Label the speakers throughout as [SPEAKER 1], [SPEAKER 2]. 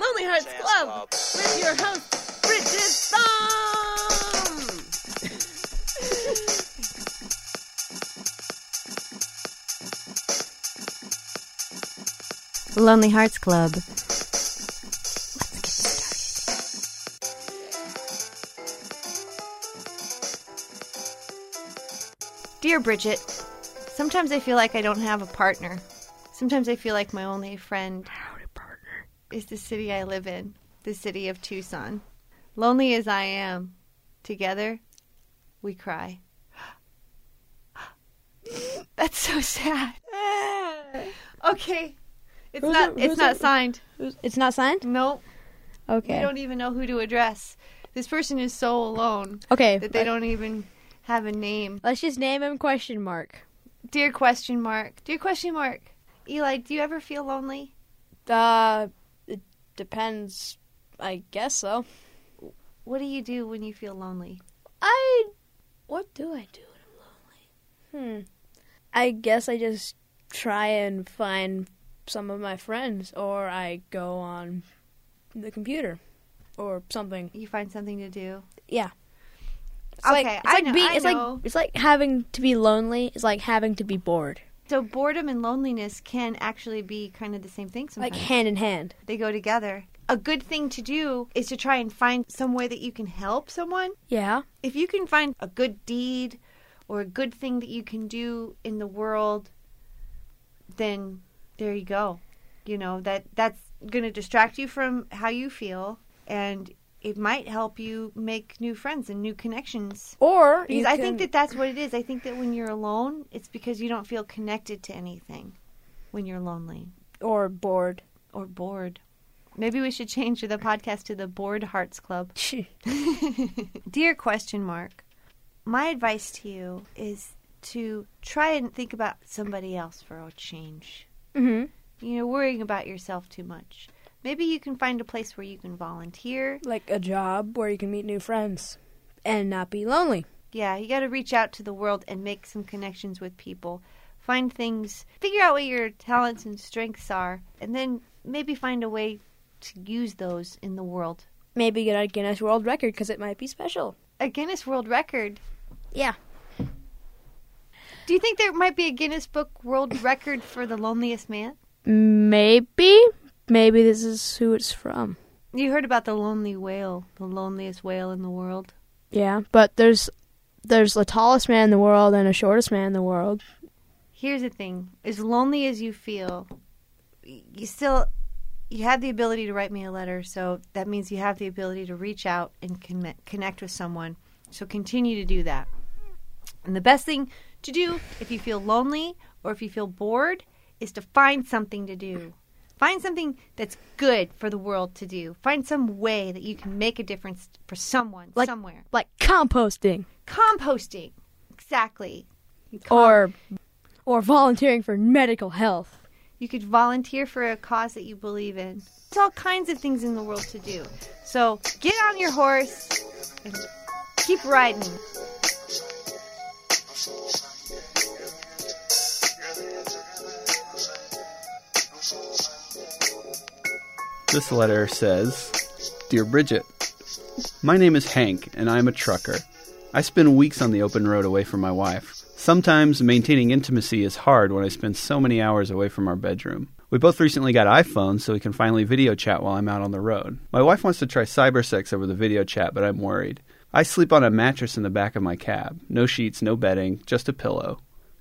[SPEAKER 1] Lonely Hearts
[SPEAKER 2] Jazz
[SPEAKER 1] Club,
[SPEAKER 2] Club.
[SPEAKER 1] with your host, Bridget Thom.
[SPEAKER 3] Lonely Hearts Club. Dear Bridget, sometimes I feel like I don't have a partner. Sometimes I feel like my only friend is the city I live in, the city of Tucson. Lonely as I am, together we cry. That's so sad. Okay. It's
[SPEAKER 4] Who's
[SPEAKER 3] not
[SPEAKER 4] it-
[SPEAKER 3] it's
[SPEAKER 4] who's
[SPEAKER 3] not
[SPEAKER 4] it-
[SPEAKER 3] signed.
[SPEAKER 4] It's not signed?
[SPEAKER 3] Nope.
[SPEAKER 4] Okay.
[SPEAKER 3] They don't even know who to address. This person is so alone
[SPEAKER 4] okay.
[SPEAKER 3] that they don't even have a name.
[SPEAKER 4] Let's just name him question mark.
[SPEAKER 3] Dear question mark. Dear question mark. Eli, do you ever feel lonely?
[SPEAKER 4] Uh, it depends. I guess so.
[SPEAKER 3] What do you do when you feel lonely?
[SPEAKER 4] I. What do I do when I'm lonely? Hmm. I guess I just try and find some of my friends, or I go on the computer, or something.
[SPEAKER 3] You find something to do.
[SPEAKER 4] It's like-
[SPEAKER 3] Okay,
[SPEAKER 4] it's
[SPEAKER 3] I
[SPEAKER 4] like
[SPEAKER 3] know-
[SPEAKER 4] be-
[SPEAKER 3] I
[SPEAKER 4] it's
[SPEAKER 3] know.
[SPEAKER 4] like it's like having to be lonely. It's like having to be bored.
[SPEAKER 3] So boredom and loneliness can actually be kind of the same thing sometimes.
[SPEAKER 4] Like hand in hand.
[SPEAKER 3] they go together. A good thing to do is to try and find some way that you can help someone.
[SPEAKER 4] Yeah.
[SPEAKER 3] if you can find a good deed or a good thing that you can do in the world then there you go you know that that's going to distract you from how you feel and it might help you make new friends and new connections
[SPEAKER 4] Or
[SPEAKER 3] because
[SPEAKER 4] you
[SPEAKER 3] i
[SPEAKER 4] can-
[SPEAKER 3] think that that's what it is i think that when you're alone it's because you don't feel connected to anything when you're lonely
[SPEAKER 4] or bored.
[SPEAKER 3] or bored maybe we should change the podcast to the bored hearts club Dear question mark, my advice to you is to try and think about somebody else for a change.
[SPEAKER 4] hmm
[SPEAKER 3] You're worrying about yourself too much. Maybe you can find a place where you can volunteer.
[SPEAKER 4] Like a job where you can meet new friends and not be lonely.
[SPEAKER 3] Yeah, you got to reach out to the world and make some connections with people. Find things, figure out what your talents and strengths are, and then maybe find a way to use those in the world.
[SPEAKER 4] Maybe get a Guinness World Record because it might be special.
[SPEAKER 3] A Guinness World Record.
[SPEAKER 4] Yeah.
[SPEAKER 3] Do you think there might be a Guinness Book World Record for the loneliest man?
[SPEAKER 4] Maybe. Maybe this is who it's from.
[SPEAKER 3] You heard about the lonely whale, the loneliest whale in the world.
[SPEAKER 4] Yeah, but there's there's the tallest man in the world and a shortest man in the world.
[SPEAKER 3] Here's the thing: as lonely as you feel, y- you still you have the ability to write me a letter. So that means you have the ability to reach out and connect, connect with someone. So continue to do that. And the best thing to do if you feel lonely or if you feel bored is to find something to do. Find something that's good for the world to do. Find some way that you can make a difference for someone
[SPEAKER 4] Like-
[SPEAKER 3] somewhere.
[SPEAKER 4] Like composting
[SPEAKER 3] composting exactly You com-
[SPEAKER 4] or or volunteering for medical health.
[SPEAKER 3] you could volunteer for a cause that you believe in there's all kinds of things in the world to do so get on your horse and keep riding
[SPEAKER 5] This letter says Dear Bridget, my name is Hank, and I am a trucker. I spend weeks on the open road away from my wife. Sometimes maintaining intimacy is hard when I spend so many hours away from our bedroom. We both recently got iPhones, so we can finally video chat while I'm out on the road. My wife wants to try cyber sex over the video chat, but I'm worried. I sleep on a mattress in the back of my cab. No sheets, no bedding, just a pillow.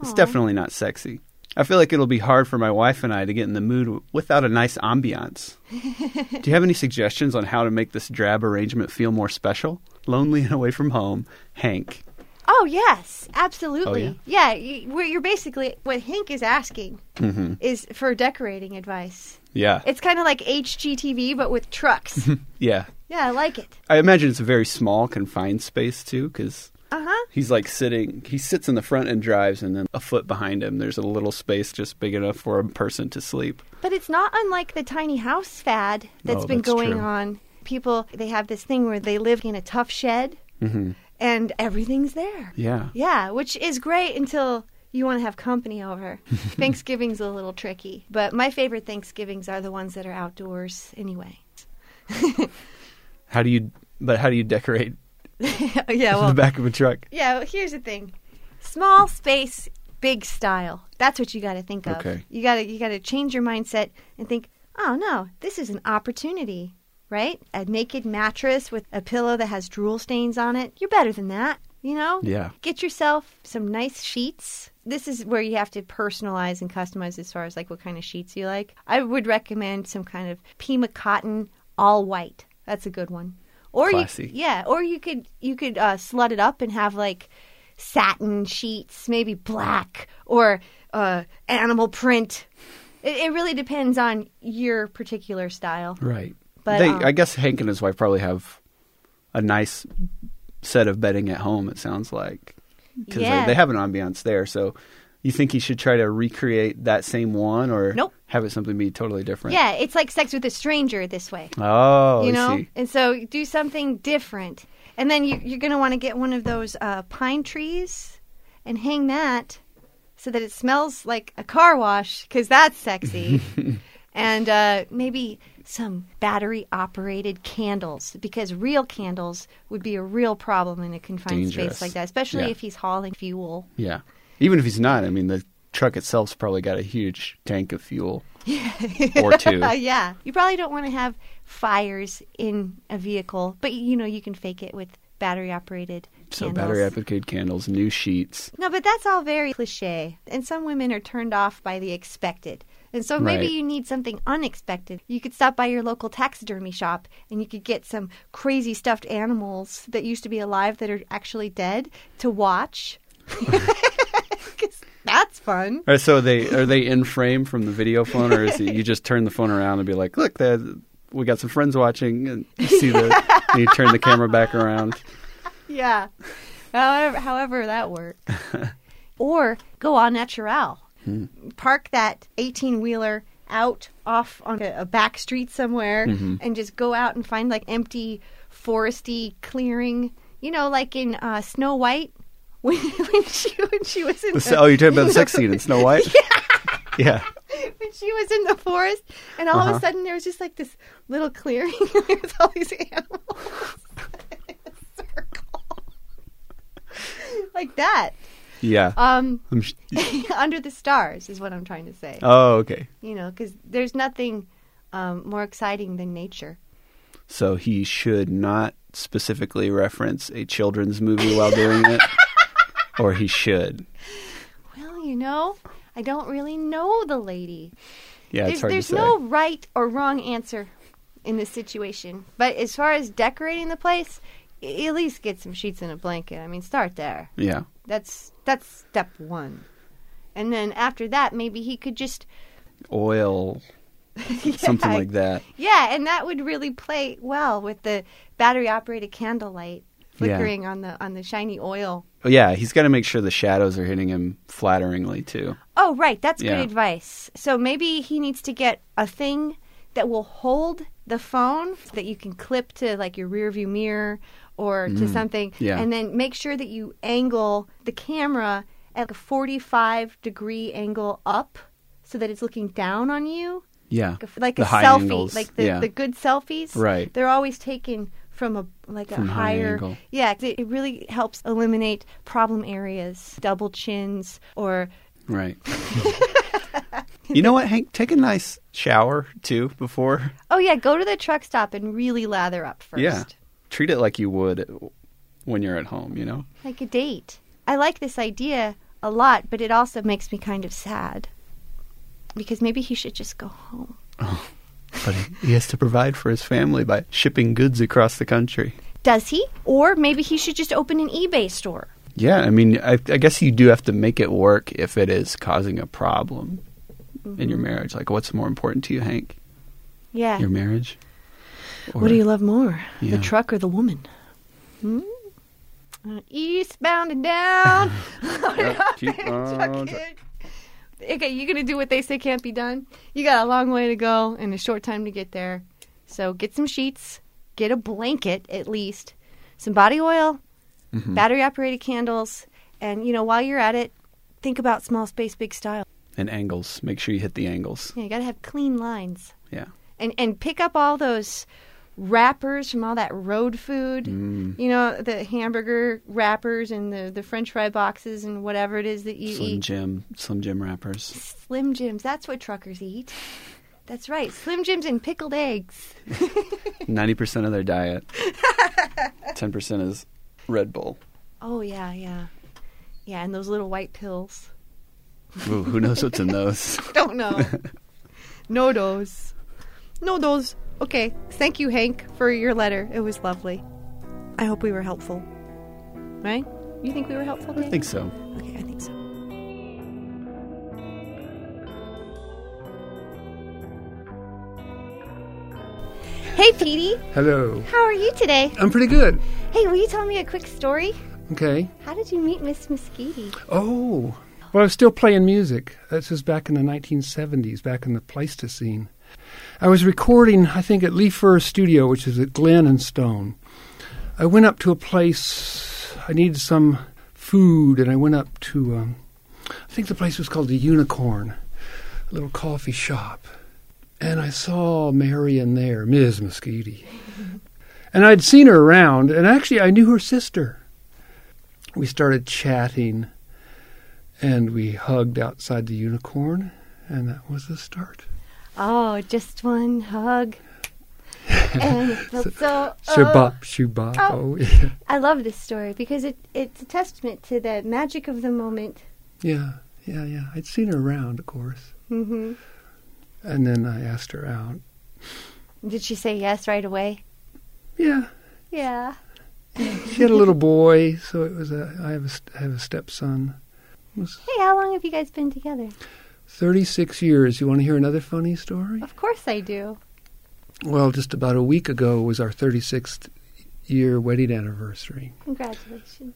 [SPEAKER 5] It's definitely not sexy. I feel like it'll be hard for my wife and I to get in the mood w- without a nice ambiance. Do you have any suggestions on how to make this drab arrangement feel more special? Lonely and away from home, Hank.
[SPEAKER 3] oh yes absolutely
[SPEAKER 5] Oh,
[SPEAKER 3] yeah, you, where you're basically what hank is asking
[SPEAKER 5] Mm-hmm.
[SPEAKER 3] is for decorating advice
[SPEAKER 5] Yeah,
[SPEAKER 3] it's kind of like hgtv but with trucks
[SPEAKER 5] yeah.
[SPEAKER 3] yeah i like it
[SPEAKER 5] I imagine it's a very small, confined space too, because
[SPEAKER 3] uh-huh
[SPEAKER 5] he's like sitting. He sits in the front and drives, and then a foot behind him, there's a little space just big enough for a person to sleep.
[SPEAKER 3] But it's not unlike the tiny house fad that's
[SPEAKER 5] Oh,
[SPEAKER 3] been
[SPEAKER 5] that's
[SPEAKER 3] going
[SPEAKER 5] true.
[SPEAKER 3] on. People they have this thing where they live in a tough shed
[SPEAKER 5] hmm
[SPEAKER 3] and everything's there.
[SPEAKER 5] Yeah,
[SPEAKER 3] Yeah, which is great until you want to have company over. Thanksgiving's a little tricky, but my favorite Thanksgivings are the ones that are outdoors anyway.
[SPEAKER 5] How do you? But how do you decorate
[SPEAKER 3] yeah, well,
[SPEAKER 5] the back of a truck?
[SPEAKER 3] yeah. Well, here's the thing: small space, big style. That's what you got to think of.
[SPEAKER 5] Okay.
[SPEAKER 3] You got to you got to change your mindset and think, oh no, this is an opportunity, right? A naked mattress with a pillow that has drool stains on it. You're better than that, you know.
[SPEAKER 5] Yeah.
[SPEAKER 3] Get yourself some nice sheets. This is where you have to personalize and customize as far as like what kind of sheets you like. I would recommend some kind of Pima cotton all white. That's a good one. Or
[SPEAKER 5] Classy.
[SPEAKER 3] you yeah, or you could you could uh, slut it up and have like satin sheets, maybe black or uh, animal print. It, it really depends on your particular style.
[SPEAKER 5] Right.
[SPEAKER 3] But,
[SPEAKER 5] they,
[SPEAKER 3] um,
[SPEAKER 5] I guess Hank and his wife probably have a nice set of bedding at home. It sounds like because
[SPEAKER 3] Yeah.
[SPEAKER 5] they, have an ambiance there. So you think he should try to recreate that same one, or
[SPEAKER 3] Nope.
[SPEAKER 5] have it something be totally different?
[SPEAKER 3] Yeah, it's like sex with a stranger this way.
[SPEAKER 5] Oh,
[SPEAKER 3] you
[SPEAKER 5] I
[SPEAKER 3] know
[SPEAKER 5] see.
[SPEAKER 3] and so do something different and then you, you're going to want to get one of those uh, pine trees and hang that so that it smells like a car wash because that's sexy and uh, maybe some battery operated candles because real candles would be a real problem in a confined
[SPEAKER 5] Dangerous.
[SPEAKER 3] space like that especially
[SPEAKER 5] Yeah.
[SPEAKER 3] if he's hauling fuel
[SPEAKER 5] Yeah. Even if he's not, I mean, the truck itself's probably got a huge tank of fuel or two.
[SPEAKER 3] Uh, yeah. You probably don't want to have fires in a vehicle, but you know you can fake it with battery operated
[SPEAKER 5] So
[SPEAKER 3] candles.
[SPEAKER 5] battery operated candles, new sheets.
[SPEAKER 3] No, but that's all very cliche. And some women are turned off by the expected. And so maybe
[SPEAKER 5] Right.
[SPEAKER 3] you need something unexpected. You could stop by your local taxidermy shop and you could get some crazy stuffed animals that used to be alive that are actually dead to watch. 'Cause that's fun.
[SPEAKER 5] All right, so they are they in frame from the video phone, or is it you just turn the phone around and be like, "Look, the, we got some friends watching," and you see the and you turn the camera back around.
[SPEAKER 3] Yeah. However, however that worked. or go on natural.
[SPEAKER 5] Hmm.
[SPEAKER 3] Park that 18 wheeler out off on a, a back street somewhere
[SPEAKER 5] Mm-hmm.
[SPEAKER 3] and just go out and find like empty foresty clearing. You know, like in uh, Snow White when, when she when she was in
[SPEAKER 5] So, oh, you're talking about the sex scene in Snow White? Yeah.
[SPEAKER 3] when she was in the forest, and all of
[SPEAKER 5] Uh-huh.
[SPEAKER 3] a sudden there was just like this little clearing with all these animals in a circle, like that.
[SPEAKER 5] yeah,
[SPEAKER 3] Um,
[SPEAKER 5] I'm sh-
[SPEAKER 3] under the stars is what I'm trying to say.
[SPEAKER 5] oh, okay.
[SPEAKER 3] You know, because there's nothing um, more exciting than nature.
[SPEAKER 5] So he should not specifically reference a children's movie while doing it, or he should.
[SPEAKER 3] Well, you know, I don't really know the lady.
[SPEAKER 5] Yeah,
[SPEAKER 3] there's
[SPEAKER 5] it's hard
[SPEAKER 3] there's
[SPEAKER 5] to say.
[SPEAKER 3] no right or wrong answer in this situation. But as far as decorating the place, i- at least get some sheets and a blanket. I mean, start there.
[SPEAKER 5] Yeah.
[SPEAKER 3] That's that's step one. And then after that, maybe he could just
[SPEAKER 5] oil, something
[SPEAKER 3] Yeah.
[SPEAKER 5] like that.
[SPEAKER 3] Yeah, and that would really play well with the battery operated candlelight flickering on the on the shiny oil.
[SPEAKER 5] But Oh, yeah, he's got to make sure the shadows are hitting him flatteringly too.
[SPEAKER 3] Oh, right, that's
[SPEAKER 5] Yeah.
[SPEAKER 3] good advice. So maybe he needs to get a thing that will hold the phone that you can clip to like your rear view mirror or to something
[SPEAKER 5] Mm-hmm. yeah.
[SPEAKER 3] and then make sure that you angle the camera at like a 45 degree angle up so that it's looking down on you
[SPEAKER 5] Yeah,
[SPEAKER 3] like a, like
[SPEAKER 5] The
[SPEAKER 3] a
[SPEAKER 5] high
[SPEAKER 3] selfie,
[SPEAKER 5] angles,
[SPEAKER 3] like the,
[SPEAKER 5] yeah.
[SPEAKER 3] the good selfies.
[SPEAKER 5] Right.
[SPEAKER 3] They're always taken from a like
[SPEAKER 5] From
[SPEAKER 3] a
[SPEAKER 5] high
[SPEAKER 3] higher
[SPEAKER 5] angle.
[SPEAKER 3] Yeah, 'cause it, it really helps eliminate problem areas, double chins, or
[SPEAKER 5] right. you know what, Hank? Take a nice shower too before.
[SPEAKER 3] oh yeah, go to the truck stop and really lather up first,
[SPEAKER 5] Yeah, treat it like you would when you're at home. You know.
[SPEAKER 3] like a date. I like this idea a lot, but it also makes me kind of sad because maybe he should just go home.
[SPEAKER 5] But he has to provide for his family by shipping goods across the country.
[SPEAKER 3] Does he? Or maybe he should just open an eBay store.
[SPEAKER 5] Yeah, I mean, I, I guess you do have to make it work if it is causing a problem in your marriage. Like, what's more important to you, Hank?
[SPEAKER 3] Mm-hmm. Yeah.
[SPEAKER 5] Your marriage?
[SPEAKER 3] What do you love more,
[SPEAKER 5] Yeah.
[SPEAKER 3] the truck or the woman? Hmm? Uh, Eastbound and down. okay, you gonna do what they say can't be done? You got a long way to go and a short time to get there. So get some sheets, get a blanket at least, some body oil, battery operated candles, and you know while you're at it, think about small space, big style.
[SPEAKER 5] and angles. Make sure you hit the angles.
[SPEAKER 3] Yeah, you gotta have clean lines
[SPEAKER 5] Yeah.
[SPEAKER 3] and and pick up all those wrappers from all that road food. You know, the hamburger wrappers and the, the french fry boxes and whatever it is that you
[SPEAKER 5] Slim
[SPEAKER 3] eat.
[SPEAKER 5] Jim, Slim Jim wrappers.
[SPEAKER 3] Slim Jims. That's what truckers eat. That's right. Slim Jims and pickled eggs.
[SPEAKER 5] Ninety percent of their diet. Ten percent is Red Bull.
[SPEAKER 3] Oh, yeah, yeah. Yeah, and those little white pills.
[SPEAKER 5] Ooh, who knows what's in those?
[SPEAKER 3] Don't know. no those. No those. Okay. Thank you, Hank, for your letter. It was lovely. I hope we were helpful. Right? You think we were helpful?
[SPEAKER 5] I think so.
[SPEAKER 3] Okay, I think so. Hey, Petey.
[SPEAKER 2] Hello.
[SPEAKER 3] How are you today?
[SPEAKER 2] I'm pretty good.
[SPEAKER 3] Hey, will you tell me a quick story?
[SPEAKER 2] Okay.
[SPEAKER 3] How did you meet Miss Mesquite?
[SPEAKER 2] Oh. Well, I was still playing music. This was back in the 1970s, back in the Pleistocene. I was recording, I think, at Lee Fur Studio, which is at Glen and Stone. I went up to a place, I needed some food, and I went up to, um, I think the place was called the Unicorn, a little coffee shop. And I saw Marion there, Ms. Mesquite. and I'd seen her around, and actually I knew her sister. We started chatting and we hugged outside the unicorn, and that was the start.
[SPEAKER 3] Oh, just one hug. and it felt so.
[SPEAKER 2] Shabop, shubop.
[SPEAKER 3] Uh, Oh.
[SPEAKER 2] Oh, yeah.
[SPEAKER 3] I love this story because it, it's a testament to the magic of the moment.
[SPEAKER 2] yeah, yeah, yeah. I'd seen her around, of course.
[SPEAKER 3] hmm
[SPEAKER 2] And then I asked her out.
[SPEAKER 3] Did she say yes right away?
[SPEAKER 2] Yeah,
[SPEAKER 3] Yeah.
[SPEAKER 2] she had a little boy, so it was a. I have a, st- I have a stepson. It was
[SPEAKER 3] Hey, how long have you guys been together?
[SPEAKER 2] 36 years. You want to hear another funny story?
[SPEAKER 3] Of course I do.
[SPEAKER 2] Well, just about a week ago was our 36th year wedding anniversary.
[SPEAKER 3] Congratulations.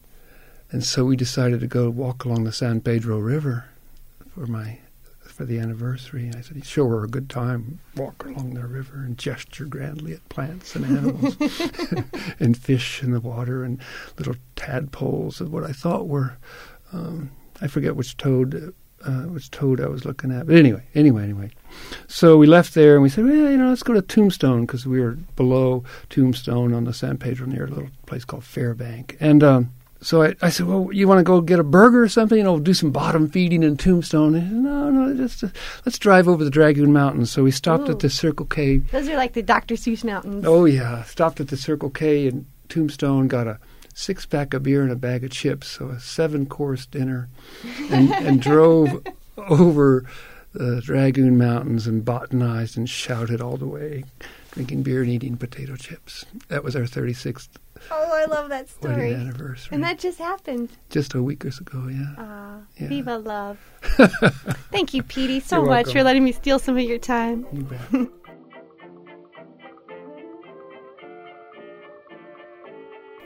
[SPEAKER 2] And so we decided to go walk along the San Pedro River for my for the anniversary. And I said, "Show her a good time. Walk along the river and gesture grandly at plants and animals and fish in the water and little tadpoles of what I thought were um, I forget which toad." Uh, which toad I was looking at, but anyway, anyway, anyway. So we left there and we said, well, you know, let's go to Tombstone because we were below Tombstone on the San Pedro near a little place called Fairbank, and um, so I, I said, "Well, you want to go get a burger or something? You know, do some bottom feeding in Tombstone?" And he said, "No, no, just uh, let's drive over the Dragoon Mountains." So we stopped
[SPEAKER 3] Ooh.
[SPEAKER 2] at the Circle K.
[SPEAKER 3] Those are like the Dr. Seuss Mountains.
[SPEAKER 2] Oh yeah, stopped at the Circle K in Tombstone. Got a six pack of beer and a bag of chips, so a seven course dinner, and, and drove over the Dragoon Mountains and botanized and shouted all the way, drinking beer and eating potato chips. That was our thirty sixth
[SPEAKER 3] Oh, I love that
[SPEAKER 2] wedding
[SPEAKER 3] story.
[SPEAKER 2] anniversary,
[SPEAKER 3] And that just happened.
[SPEAKER 2] just a week or so ago. Yeah.
[SPEAKER 3] Ah,
[SPEAKER 2] Yeah.
[SPEAKER 3] Viva love. Thank you, Petey, so
[SPEAKER 2] You're
[SPEAKER 3] much
[SPEAKER 2] welcome.
[SPEAKER 3] for letting me steal some of your time.
[SPEAKER 2] You bet.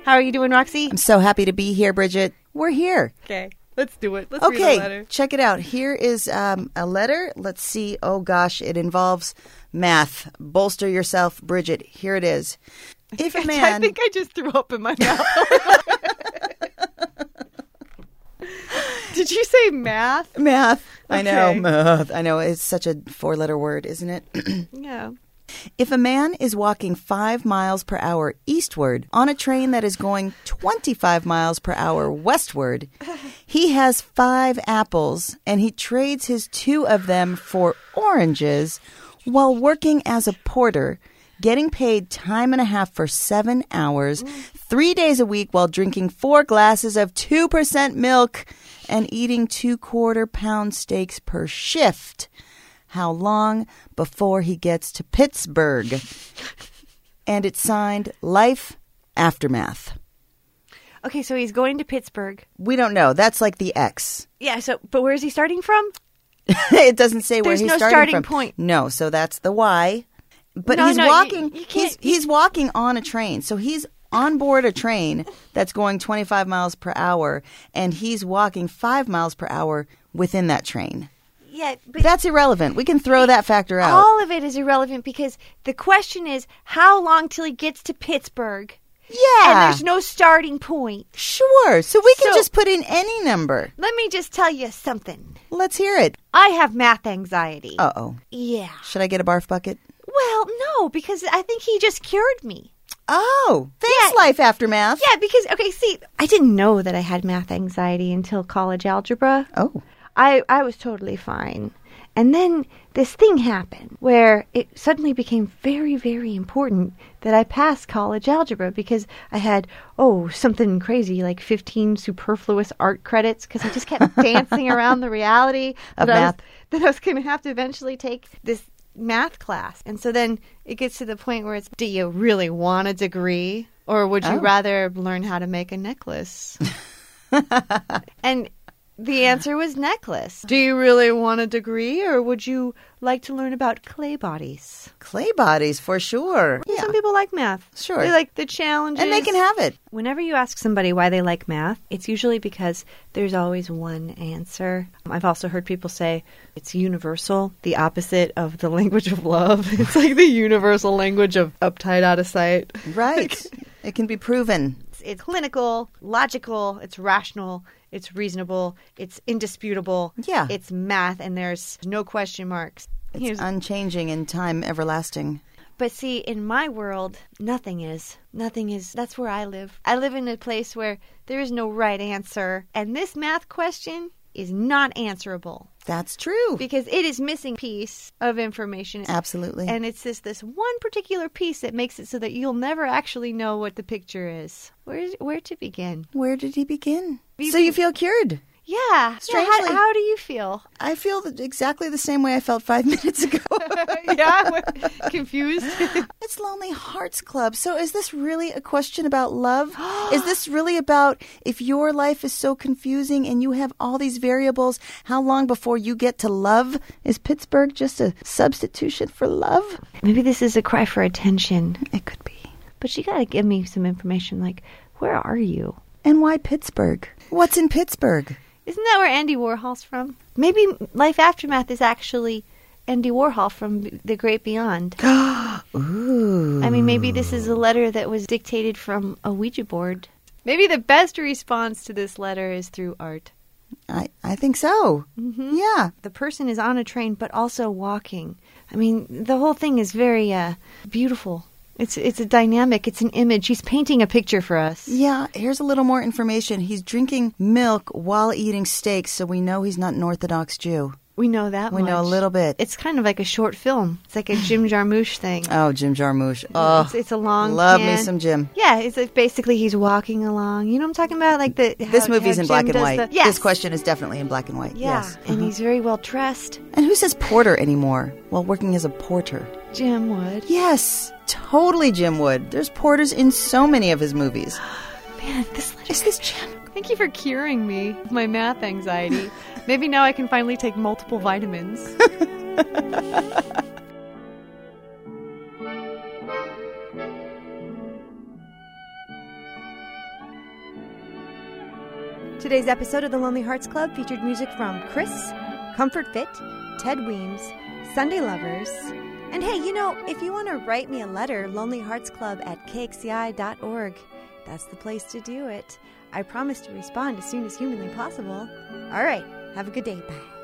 [SPEAKER 3] How are you doing, Roxy?
[SPEAKER 1] I'm so happy to be here, Bridget. We're here.
[SPEAKER 3] Okay. Let's do it. Let's read a
[SPEAKER 1] Okay,
[SPEAKER 3] letter.
[SPEAKER 1] check it out. Here is um, a letter. Let's see. Oh gosh, it involves math. Bolster yourself, Bridget. Here it is. If a
[SPEAKER 3] I
[SPEAKER 1] man,
[SPEAKER 3] think I just threw up in my mouth. Did you say math?
[SPEAKER 1] math, I know
[SPEAKER 3] Okay.
[SPEAKER 1] math. I know it's such a four-letter word, isn't it?
[SPEAKER 3] Yeah.
[SPEAKER 1] If a man is walking 5 miles per hour eastward on a train that is going 25 miles per hour westward, he has 5 apples and he trades his 2 of them for oranges while working as a porter, getting paid time and a half for 7 hours, 3 days a week while drinking 4 glasses of 2% milk and eating 2 quarter pound steaks per shift how long before he gets to Pittsburgh. and it's signed Life Aftermath.
[SPEAKER 3] Okay, so he's going to Pittsburgh.
[SPEAKER 1] We don't know. That's like the X.
[SPEAKER 3] Yeah, so but where is he starting from?
[SPEAKER 1] it doesn't say where
[SPEAKER 3] There's
[SPEAKER 1] he's
[SPEAKER 3] no
[SPEAKER 1] starting,
[SPEAKER 3] starting
[SPEAKER 1] from.
[SPEAKER 3] point.
[SPEAKER 1] No, so that's the Y. But
[SPEAKER 3] No,
[SPEAKER 1] he's
[SPEAKER 3] no, you-
[SPEAKER 1] walking.
[SPEAKER 3] you can't-
[SPEAKER 1] he's he's walking on a train. So he's on board a train that's going 25 miles per hour, and he's walking five miles per hour within that train.
[SPEAKER 3] Yeah, but
[SPEAKER 1] That's irrelevant. We can throw that factor out.
[SPEAKER 3] all of it is irrelevant because the question is how long till he gets to Pittsburgh?
[SPEAKER 1] yeah.
[SPEAKER 3] And there's no starting point.
[SPEAKER 1] Sure. So we can
[SPEAKER 3] So-
[SPEAKER 1] just put in any number.
[SPEAKER 3] Let me just tell you something.
[SPEAKER 1] Let's hear it.
[SPEAKER 3] I have math anxiety.
[SPEAKER 1] Uh oh.
[SPEAKER 3] Yeah.
[SPEAKER 1] Should I get a barf bucket?
[SPEAKER 3] Well, No, because I think he just cured me.
[SPEAKER 1] Oh, thanks,
[SPEAKER 3] Yeah.
[SPEAKER 1] Life Aftermath.
[SPEAKER 3] Yeah, because okay, see, I didn't know that I had math anxiety until college algebra.
[SPEAKER 1] Oh,
[SPEAKER 3] I I was totally fine. And then this thing happened where it suddenly became very very important that I pass college algebra because I had oh something crazy like 15 superfluous art credits cuz I just kept dancing around the reality
[SPEAKER 1] Of
[SPEAKER 3] that I was-
[SPEAKER 1] math.
[SPEAKER 3] that I was going to have to eventually take this math class. And so then it gets to the point where it's do you really want a degree or would you
[SPEAKER 1] Oh.
[SPEAKER 3] rather learn how to make a necklace? and the answer was necklace. Do you really want a degree or would you like to learn about clay bodies?
[SPEAKER 1] clay bodies for sure. Yeah.
[SPEAKER 3] Some people like math.
[SPEAKER 1] Sure.
[SPEAKER 3] They like the challenges.
[SPEAKER 1] And they can have it.
[SPEAKER 3] Whenever you ask somebody why they like math, it's usually because there's always one answer. I've also heard people say it's universal, the opposite of the language of love. It's like the universal language of uptight out of sight.
[SPEAKER 1] Right. it can be proven.
[SPEAKER 3] It's, it's clinical, logical, it's rational, it's reasonable, it's indisputable.
[SPEAKER 1] Yeah.
[SPEAKER 3] It's math, and there's no question marks.
[SPEAKER 1] It's
[SPEAKER 3] Here's-
[SPEAKER 1] unchanging in time everlasting.
[SPEAKER 3] But see, in my world, nothing is. Nothing is. That's where I live. I live in a place where there is no right answer. And this math question is not answerable
[SPEAKER 1] That's true.
[SPEAKER 3] because it is missing piece of information.
[SPEAKER 1] Absolutely.
[SPEAKER 3] And it's just this one particular piece that makes it so that you'll never actually know what the picture is. Where where to begin?
[SPEAKER 1] Where did he begin?
[SPEAKER 3] Be-
[SPEAKER 1] So you feel cured.
[SPEAKER 3] Yeah. Yeah,
[SPEAKER 1] Strangely-
[SPEAKER 3] how, how do you feel?
[SPEAKER 1] I feel that exactly the same way I felt five minutes ago.
[SPEAKER 3] yeah, we're confused.
[SPEAKER 1] it's Lonely Hearts Club. So is this really a question about love? is this really about if your life is so confusing and you have all these variables, how long before you get to love? Is Pittsburgh just a substitution for love?
[SPEAKER 3] Maybe this is a cry for attention.
[SPEAKER 1] It could be.
[SPEAKER 3] But you got to give me some information like, where are you?
[SPEAKER 1] And why Pittsburgh? What's in Pittsburgh?
[SPEAKER 3] Isn't that where Andy Warhol's from? Maybe Life Aftermath is actually Andy Warhol from The Great Beyond. I mean, maybe this is a letter that was dictated from a Ouija board. Maybe the best response to this letter is through art.
[SPEAKER 1] I, I think so.
[SPEAKER 3] Mm-hmm.
[SPEAKER 1] Yeah.
[SPEAKER 3] The person is on a train, but also walking. I mean, the whole thing is very uh, beautiful. It's it's a dynamic. It's an image. He's painting a picture for us.
[SPEAKER 1] Yeah, here's a little more information. He's drinking milk while eating steak, so we know he's not an Orthodox Jew.
[SPEAKER 3] We know that.
[SPEAKER 1] We know a
[SPEAKER 3] much.
[SPEAKER 1] little bit.
[SPEAKER 3] It's kind of like a short film. It's like a Jim Jarmusch thing.
[SPEAKER 1] oh, Jim Jarmusch. Oh,
[SPEAKER 3] it's, it's a long.
[SPEAKER 1] love me
[SPEAKER 3] pan.
[SPEAKER 1] some Jim.
[SPEAKER 3] Yeah, it's like basically he's walking along. You know what I'm talking about? Like the
[SPEAKER 1] This
[SPEAKER 3] how-
[SPEAKER 1] movie's
[SPEAKER 3] how
[SPEAKER 1] in black and
[SPEAKER 3] Jim does
[SPEAKER 1] white.
[SPEAKER 3] The, yes.
[SPEAKER 1] This question is definitely in black and white.
[SPEAKER 3] Yeah,
[SPEAKER 1] Yes.
[SPEAKER 3] and he's very well dressed.
[SPEAKER 1] And who says porter anymore? Well, working as a porter.
[SPEAKER 3] Jim Wood.
[SPEAKER 1] Yes, totally Jim Wood. There's porters in so many of his movies.
[SPEAKER 3] Man, this letter.
[SPEAKER 1] Is this Jim?
[SPEAKER 3] Thank you for curing me of my math anxiety. Maybe now I can finally take multiple vitamins. Today's episode of the Lonely Hearts Club featured music from Chris, Comfort Fit, Ted Weems, Sunday Lovers. And hey, you know, if you want to write me a letter, lonelyheartsclub at kxci.org. That's the place to do it. I promise to respond as soon as humanly possible. All right, have a good day. Bye.